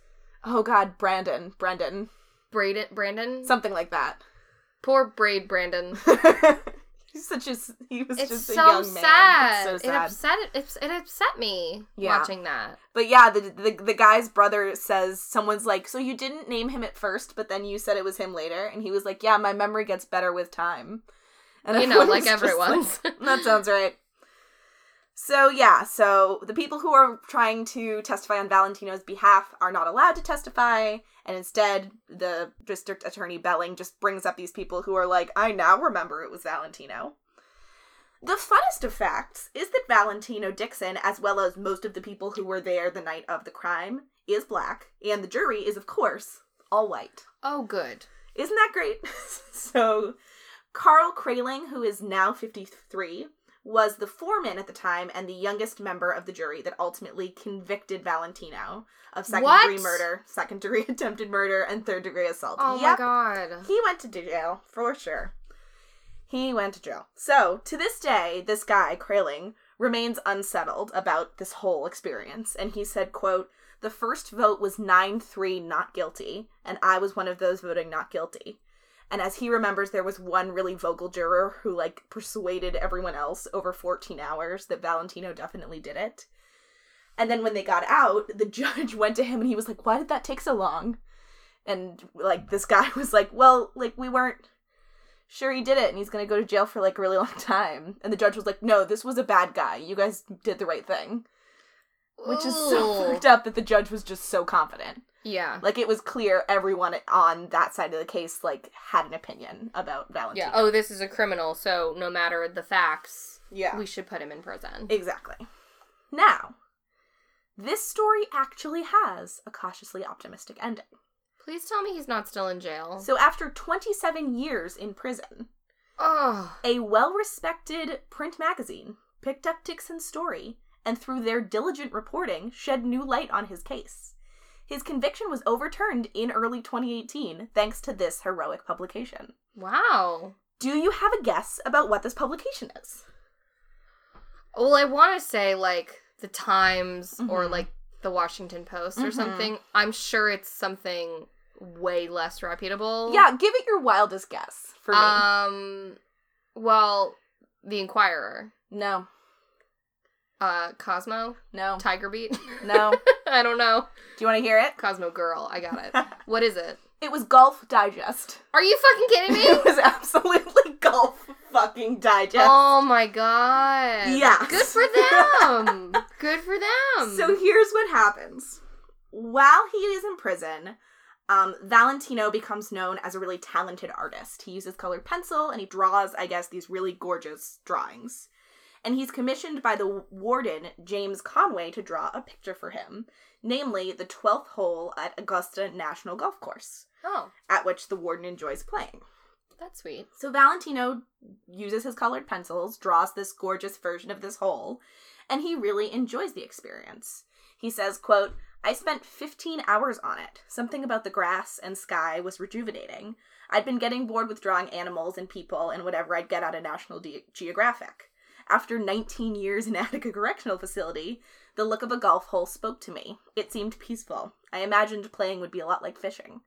Speaker 1: oh god brandon brendan
Speaker 2: Braden Brandon?
Speaker 1: something like that
Speaker 2: Poor Braid Brandon.
Speaker 1: he's such a s- he was
Speaker 2: It's
Speaker 1: just
Speaker 2: so,
Speaker 1: a young
Speaker 2: sad.
Speaker 1: man It's so sad
Speaker 2: It upset it, ups- it upset me
Speaker 1: Yeah.
Speaker 2: watching that.
Speaker 1: But yeah, the, the the guy's brother says someone's like, so you didn't name him at first, but then you said it was him later, and he was like, yeah, my memory gets better with time. And
Speaker 2: You know,
Speaker 1: everyone's
Speaker 2: like
Speaker 1: just
Speaker 2: everyone's.
Speaker 1: like, that sounds right. So yeah, so the people who are trying to testify on Valentino's behalf are not allowed to testify, and instead the district attorney Belling just brings up these people who are like, I now remember it was Valentino. The funnest of facts is that Valentino Dixon, as well as most of the people who were there the night of the crime, is black, and the jury is, of course, all white.
Speaker 2: oh, good.
Speaker 1: Isn't that great? so, Carl Kraling, who is now 53, was the foreman at the time and the youngest member of the jury that ultimately convicted Valentino of second
Speaker 2: What?
Speaker 1: degree murder, second degree attempted murder, and third degree assault.
Speaker 2: Oh
Speaker 1: yep.
Speaker 2: my god.
Speaker 1: He went to jail for sure. He went to jail. So to this day, this guy Kraling remains unsettled about this whole experience, and he said, "quote The first vote was nine three not guilty, and I was one of those voting not guilty." And as he remembers, there was one really vocal juror who like persuaded everyone else over 14 hours that Valentino definitely did it. And then when they got out, the judge went to him and he was like, "Why did that take so long?" and like this guy was like, "Well, like we weren't sure he did it, and he's gonna go to jail for like a really long time." And the judge was like, "No, this was a bad guy. You guys did the right thing," which is so
Speaker 2: Ooh.
Speaker 1: fucked up that the judge was just so confident.
Speaker 2: Yeah.
Speaker 1: Like it was clear everyone on that side of the case like had an opinion about Valentino.
Speaker 2: Yeah. Oh, this is a criminal, so no matter the facts,
Speaker 1: yeah,
Speaker 2: we should put him in prison.
Speaker 1: exactly. Now, this story actually has a cautiously optimistic ending.
Speaker 2: Please tell me he's not still in jail.
Speaker 1: So after 27 years in prison,
Speaker 2: oh.
Speaker 1: A well respected print magazine picked up Dixon's story and, through their diligent reporting, shed new light on his case. His conviction was overturned in early 2018 thanks to this heroic publication.
Speaker 2: Wow.
Speaker 1: Do you have a guess about what this publication is?
Speaker 2: Well, I want to say like the Times or
Speaker 1: Mhm.
Speaker 2: like the Washington Post or
Speaker 1: Mhm.
Speaker 2: something. I'm sure it's something way less reputable.
Speaker 1: Yeah, give it your wildest guess for me.
Speaker 2: Um. Well, the Inquirer,
Speaker 1: no,
Speaker 2: uh, Cosmo,
Speaker 1: no,
Speaker 2: Tiger Beat.
Speaker 1: no. Do
Speaker 2: I don't know.
Speaker 1: you want to hear it?
Speaker 2: Cosmo Girl. I got it. What is it?
Speaker 1: It was Golf Digest.
Speaker 2: Are you fucking kidding me?
Speaker 1: It was absolutely Golf fucking Digest.
Speaker 2: Oh my god.
Speaker 1: Yes.
Speaker 2: Good for them. Good for them.
Speaker 1: So here's what happens. While he is in prison, um, Valentino becomes known as a really talented artist. He uses colored pencil and he draws, I guess, these really gorgeous drawings. And he's commissioned by the warden, James Conway, to draw a picture for him, namely the 12th hole at Augusta National Golf Course,
Speaker 2: oh,
Speaker 1: at which the warden enjoys playing.
Speaker 2: that's sweet.
Speaker 1: So Valentino uses his colored pencils, draws this gorgeous version of this hole, and he really enjoys the experience. He says, quote, I spent 15 hours on it. Something about the grass and sky was rejuvenating. I'd been getting bored with drawing animals and people and whatever I'd get out of National Ge- Geographic. After 19 years in Attica Correctional Facility, the look of a golf hole spoke to me. It seemed peaceful. I imagined playing would be a lot like fishing.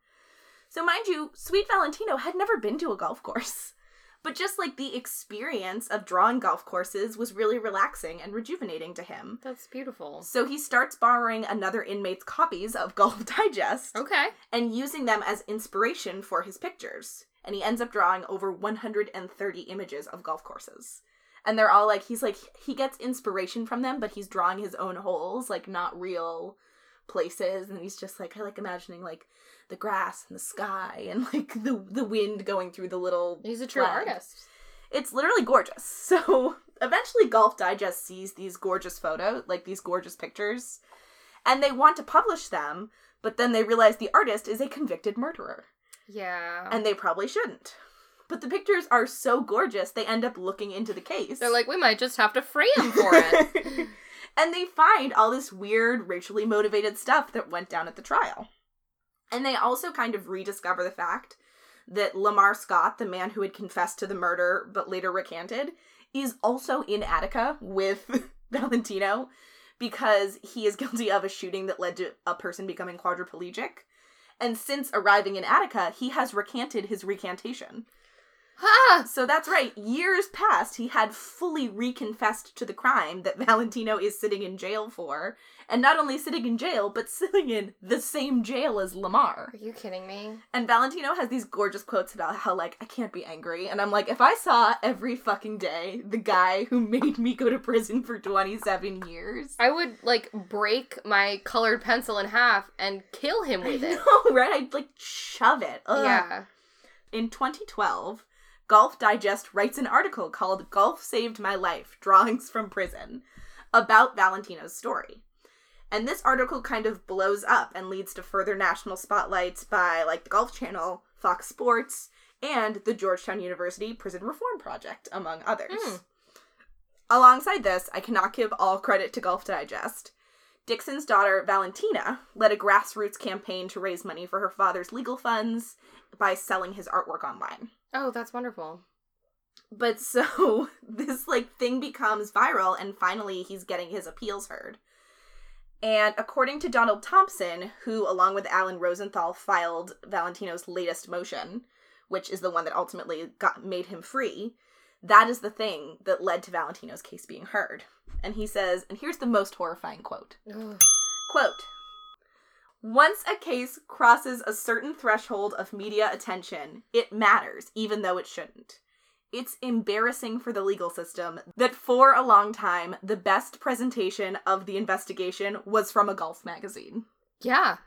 Speaker 1: So, mind you, Sweet Valentino had never been to a golf course. But just like the experience of drawing golf courses was really relaxing and rejuvenating to him.
Speaker 2: That's beautiful.
Speaker 1: So he starts borrowing another inmate's copies of Golf Digest
Speaker 2: Okay.
Speaker 1: and using them as inspiration for his pictures. And he ends up drawing over 130 images of golf courses. And they're all like, he's like, he gets inspiration from them, but he's drawing his own holes, like not real places. And he's just like, I like imagining like the grass and the sky and like the, the wind going through the little
Speaker 2: He's a true
Speaker 1: Flag.
Speaker 2: artist.
Speaker 1: it's literally gorgeous. So eventually Golf Digest sees these gorgeous photo, like these gorgeous pictures, and they want to publish them, but then they realize the artist is a convicted murderer,
Speaker 2: Yeah.
Speaker 1: and they probably shouldn't. But the pictures are so gorgeous, they end up looking into the case.
Speaker 2: they're like, we might just have to free him for it.
Speaker 1: and they find all this weird racially motivated stuff that went down at the trial. And they also kind of rediscover the fact that Lamar Scott, the man who had confessed to the murder but later recanted, is also in Attica with Valentino because he is guilty of a shooting that led to a person becoming quadriplegic. And since arriving in Attica, he has recanted his recantation.
Speaker 2: ah!
Speaker 1: So that's right. Years past, he had fully reconfessed to the crime that Valentino is sitting in jail for, and not only sitting in jail, but sitting in the same jail as Lamar.
Speaker 2: Are you kidding me?
Speaker 1: And Valentino has these gorgeous quotes about how like I can't be angry, and I'm like, if I saw every fucking day the guy who made me go to prison for 27 years,
Speaker 2: I would like break my colored pencil in half and kill him with it.
Speaker 1: know, right? I'd like shove it. Ugh.
Speaker 2: Yeah.
Speaker 1: In 2012, Golf Digest writes an article called Golf Saved My Life Drawings from Prison about Valentino's story. And this article kind of blows up and leads to further national spotlights by like the Golf Channel, Fox Sports, and the Georgetown University Prison Reform Project, among others.
Speaker 2: Hmm.
Speaker 1: Alongside this, I cannot give all credit to Golf Digest. Dixon's daughter, Valentina, led a grassroots campaign to raise money for her father's legal funds by selling his artwork online.
Speaker 2: Oh, that's wonderful.
Speaker 1: But so this like thing becomes viral and finally he's getting his appeals heard. And according to Donald Thompson, who along with Alan Rosenthal filed Valentino's latest motion, which is the one that ultimately got made him free, that is the thing that led to Valentino's case being heard. And he says, and here's the most horrifying quote.
Speaker 2: Ugh.
Speaker 1: Quote Once a case crosses a certain threshold of media attention, it matters, even though it shouldn't. It's embarrassing for the legal system that for a long time, the best presentation of the investigation was from a golf magazine.
Speaker 2: Yeah.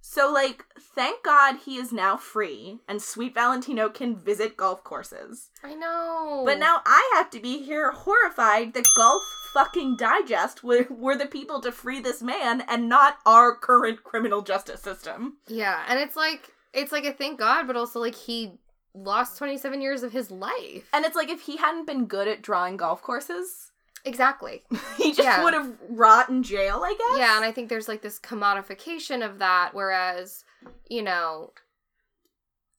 Speaker 1: So, like, thank God he is now free and sweet Valentino can visit golf courses.
Speaker 2: I know.
Speaker 1: But now I have to be here horrified that Golf fucking Digest were, were the people to free this man and not our current criminal justice system.
Speaker 2: Yeah, and it's like it's like a thank God, but also like he lost twenty seven years of his life.
Speaker 1: And it's like if he hadn't been good at drawing golf courses,
Speaker 2: exactly.
Speaker 1: he just
Speaker 2: Yeah.
Speaker 1: would have rot in jail, I guess.
Speaker 2: Yeah, and I think there's like this commodification of that, whereas, you know,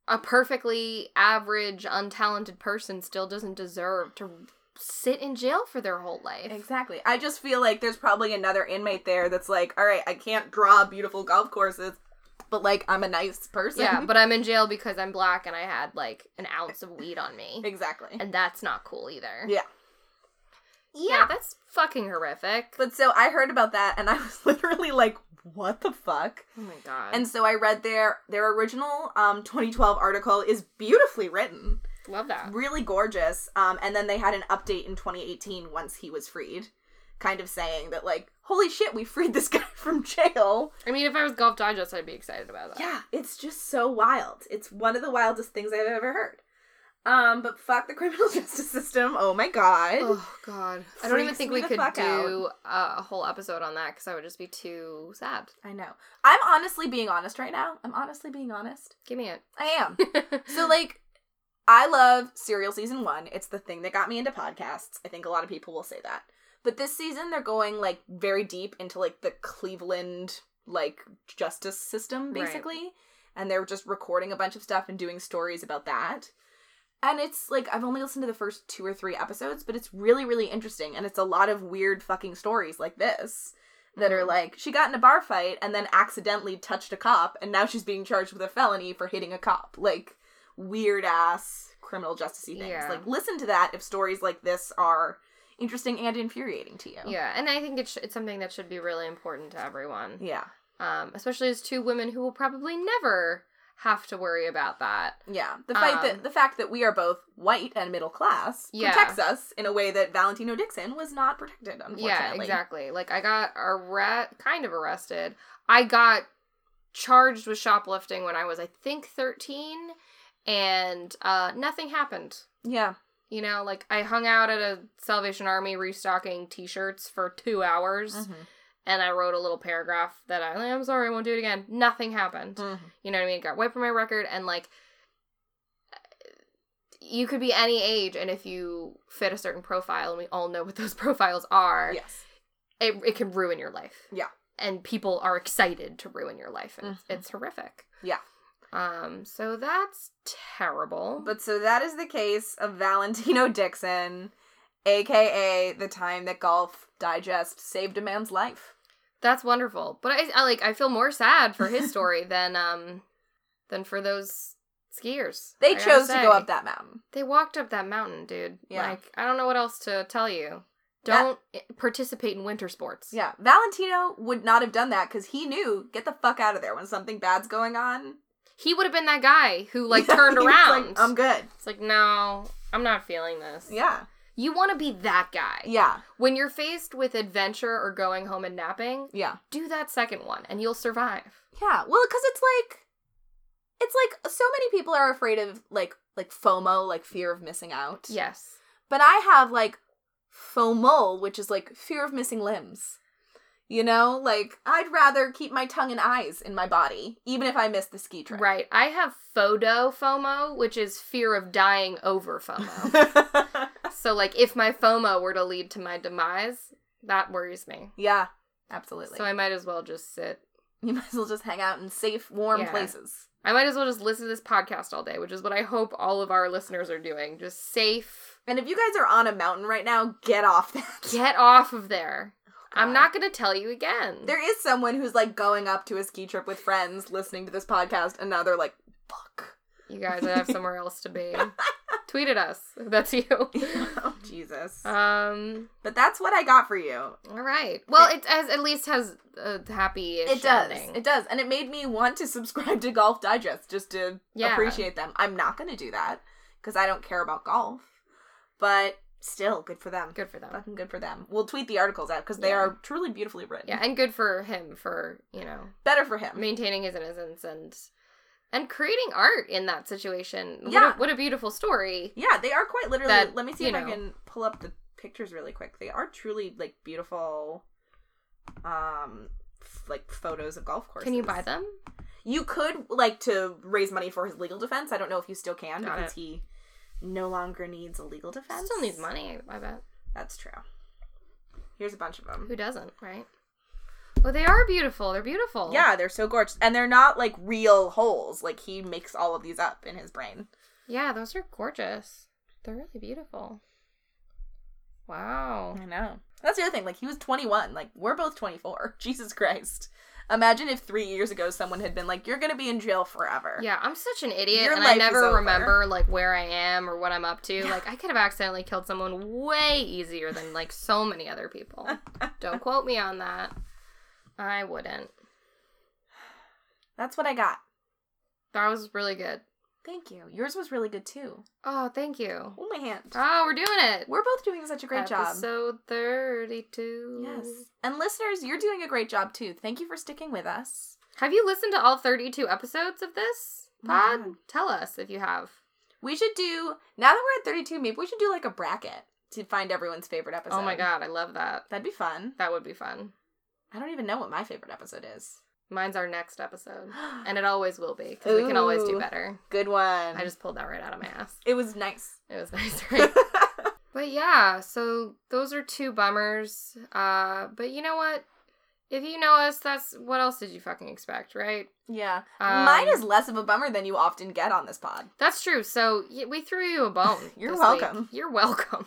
Speaker 2: a perfectly average, untalented person still doesn't deserve to sit in jail for their whole life.
Speaker 1: Exactly. I just feel like there's probably another inmate there that's like, all right, I can't draw beautiful golf courses, but like I'm a nice person.
Speaker 2: Yeah, but I'm in jail because I'm black and I had like an ounce of weed on me.
Speaker 1: exactly.
Speaker 2: And that's not cool either.
Speaker 1: Yeah.
Speaker 2: Yeah, that's fucking horrific.
Speaker 1: But so I heard about that and I was literally like, what the fuck?
Speaker 2: oh my god.
Speaker 1: And so I read their their original um 2012 article is beautifully written,
Speaker 2: love that.
Speaker 1: really gorgeous. Um and then they had an update in 2018 once he was freed, kind of saying that like, holy shit, we freed this guy from jail.
Speaker 2: I mean, if I was Golf Digest, I'd be excited about that.
Speaker 1: Yeah, it's just so wild. It's one of the wildest things I've ever heard. Um, but fuck the criminal justice system. Oh my god.
Speaker 2: Oh god. I don't even
Speaker 1: Freaks
Speaker 2: think
Speaker 1: me
Speaker 2: we
Speaker 1: the
Speaker 2: could
Speaker 1: fuck
Speaker 2: do uh, a whole episode on that because I would just be too sad.
Speaker 1: I know. I'm honestly being honest right now. I'm honestly being honest.
Speaker 2: Give me it.
Speaker 1: I am. so like I love Serial season 1. It's the thing that got me into podcasts. I think a lot of people will say that. But this season they're going like very deep into like the Cleveland like justice system
Speaker 2: Right.
Speaker 1: basically. And they're just recording a bunch of stuff and doing stories about that. And it's like I've only listened to the first two or three episodes, but it's really really interesting and it's a lot of weird fucking stories like this that are
Speaker 2: Mhm.
Speaker 1: like she got in a bar fight and then accidentally touched a cop and now she's being charged with a felony for hitting a cop. Like weird ass criminal justice things.
Speaker 2: Yeah.
Speaker 1: Like listen to that if stories like this are interesting and infuriating to you.
Speaker 2: yeah, and I think it's it's something that should be really important to everyone,
Speaker 1: Yeah.
Speaker 2: um, especially as two women who will probably never have to worry about that.
Speaker 1: Yeah. The fact
Speaker 2: Um,
Speaker 1: that the fact that we are both white and middle class
Speaker 2: Yeah.
Speaker 1: protects us in a way that Valentino Dixon was not protected, unfortunately.
Speaker 2: Yeah, exactly. Like I got arre- kind of arrested. I got charged with shoplifting when I was, I think, thirteen, and uh, nothing happened.
Speaker 1: Yeah.
Speaker 2: You know, like I hung out at a Salvation Army restocking T-shirts for two hours,
Speaker 1: Mm-hmm.
Speaker 2: and I wrote a little paragraph that I, I'm sorry, I won't do it again. Nothing happened.
Speaker 1: Mm.
Speaker 2: You know what I mean? It got wiped from my record, and like, you could be any age, and if you fit a certain profile, and we all know what those profiles are,
Speaker 1: Yes.
Speaker 2: it it can ruin your life.
Speaker 1: Yeah.
Speaker 2: and people are excited to ruin your life, and it's,
Speaker 1: Mhm.
Speaker 2: it's horrific.
Speaker 1: Yeah.
Speaker 2: Um. So that's terrible.
Speaker 1: But so that is the case of Valentino Dixon, aka the time that Golf Digest saved a man's life.
Speaker 2: That's wonderful. But I, I like I feel more sad for his story than um than for those skiers. I
Speaker 1: They
Speaker 2: gotta
Speaker 1: chose to
Speaker 2: say.
Speaker 1: go up that mountain.
Speaker 2: They walked up that mountain, dude.
Speaker 1: Yeah.
Speaker 2: Like I don't know what else to tell you.
Speaker 1: Yeah.
Speaker 2: Don't i- participate in winter sports.
Speaker 1: Yeah, Valentino would not have done that because he knew get the fuck out of there when something bad's going on.
Speaker 2: He would have been that guy who like turned
Speaker 1: He's
Speaker 2: around.
Speaker 1: like, I'm good.
Speaker 2: it's like no, I'm not feeling this.
Speaker 1: Yeah,
Speaker 2: You want to be that guy.
Speaker 1: yeah,
Speaker 2: When you're faced with adventure or going home and napping,
Speaker 1: yeah,
Speaker 2: do that second one and you'll survive.
Speaker 1: yeah. Well, because it's like, it's like so many people are afraid of like like FOMO, like fear of missing out.
Speaker 2: Yes.
Speaker 1: but I have like FOMO, which is like fear of missing limbs. You know, like I'd rather keep my tongue and eyes in my body, even if I miss the ski trip.
Speaker 2: Right. I have photo FOMO, which is fear of dying over FOMO. So like if my FOMO were to lead to my demise, that worries me.
Speaker 1: Yeah, absolutely.
Speaker 2: So I might as well just sit.
Speaker 1: you might as well just hang out in safe, warm
Speaker 2: Yeah.
Speaker 1: places.
Speaker 2: I might as well just listen to this podcast all day, which is what I hope all of our listeners are doing. Just safe.
Speaker 1: And if you guys are on a mountain right now, get off that.
Speaker 2: Get off of there. I'm
Speaker 1: Oh, God.
Speaker 2: not going to tell you again.
Speaker 1: There is someone who's like going up to a ski trip with friends, listening to this podcast, and now they're like, "Fuck."
Speaker 2: You guys, I have somewhere else to be. Tweet at us. if That's you.
Speaker 1: oh, Jesus.
Speaker 2: Um.
Speaker 1: but that's what I got for you.
Speaker 2: All right. Well, it has at least has uh, a happy.
Speaker 1: It does. It does. And it made me want to subscribe to Golf Digest just to
Speaker 2: Yeah.
Speaker 1: appreciate them. I'm not going to do that because I don't care about golf. But still, good for them.
Speaker 2: Good for them.
Speaker 1: Fucking good for them. We'll tweet the articles out because they
Speaker 2: Yeah.
Speaker 1: are truly beautifully written.
Speaker 2: Yeah, and good for him for you know
Speaker 1: Better for him.
Speaker 2: maintaining his innocence and and creating art in that situation. What
Speaker 1: Yeah.
Speaker 2: a, what a beautiful story.
Speaker 1: yeah, they are quite literally.
Speaker 2: That,
Speaker 1: let me see
Speaker 2: you
Speaker 1: if I
Speaker 2: know.
Speaker 1: can pull up the pictures really quick. They are truly like beautiful, um, f- like photos of golf courses.
Speaker 2: Can you buy them?
Speaker 1: You could like to raise money for his legal defense. I don't know if you still can
Speaker 2: Got
Speaker 1: because
Speaker 2: it.
Speaker 1: he no longer needs a legal defense.
Speaker 2: Still needs money. I bet.
Speaker 1: That's true. Here's a bunch of them.
Speaker 2: Who doesn't, right? Well, they are beautiful. They're beautiful.
Speaker 1: Yeah, they're so gorgeous, and they're not like real holes. Like he makes all of these up in his brain.
Speaker 2: Yeah, those are gorgeous. They're really beautiful. Wow.
Speaker 1: I know. That's the other thing. Like he was 21. Like we're both 24. Jesus Christ. Imagine if three years ago someone had been like, "You're gonna be in jail forever."
Speaker 2: Yeah, I'm such an idiot,
Speaker 1: Your
Speaker 2: and
Speaker 1: life
Speaker 2: I
Speaker 1: is
Speaker 2: never
Speaker 1: over.
Speaker 2: remember like where I am or what I'm up to. Like I could have accidentally killed someone way easier than like so many other people. Don't quote me on that. I wouldn't.
Speaker 1: That's what I got.
Speaker 2: That was really good.
Speaker 1: Thank you. Yours was really good too.
Speaker 2: Oh, thank you.
Speaker 1: Hold my hand.
Speaker 2: Oh, we're doing it.
Speaker 1: We're both doing such a great job.
Speaker 2: Episode 32.
Speaker 1: Yes. And listeners, you're doing a great job too. Thank you for sticking with us.
Speaker 2: Have you listened to all 32 episodes of this
Speaker 1: Oh My
Speaker 2: pod? Tell us if you have.
Speaker 1: We should do now that we're at 32. Maybe we should do like a bracket to find everyone's favorite episode.
Speaker 2: Oh my god, I love that.
Speaker 1: that'd be fun.
Speaker 2: That would be fun.
Speaker 1: I don't even know what my favorite episode is.
Speaker 2: Mine's our next episode. And it always will be, because we can
Speaker 1: Ooh.
Speaker 2: always do better.
Speaker 1: Good one.
Speaker 2: I just pulled that right out of my ass.
Speaker 1: it was nice.
Speaker 2: It was nice, right? but yeah, so those are two bummers. Uh, but you know what? If you know us, that's what else did you fucking expect, right?
Speaker 1: yeah.
Speaker 2: Um,
Speaker 1: Mine is less of a bummer than you often get on this pod.
Speaker 2: That's true. So y- we threw you a bone.
Speaker 1: You're
Speaker 2: this
Speaker 1: welcome.
Speaker 2: week. You're welcome.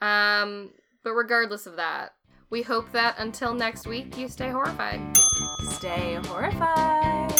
Speaker 2: Um, but regardless of that, we hope that until next week, you stay horrified.
Speaker 1: Stay horrified.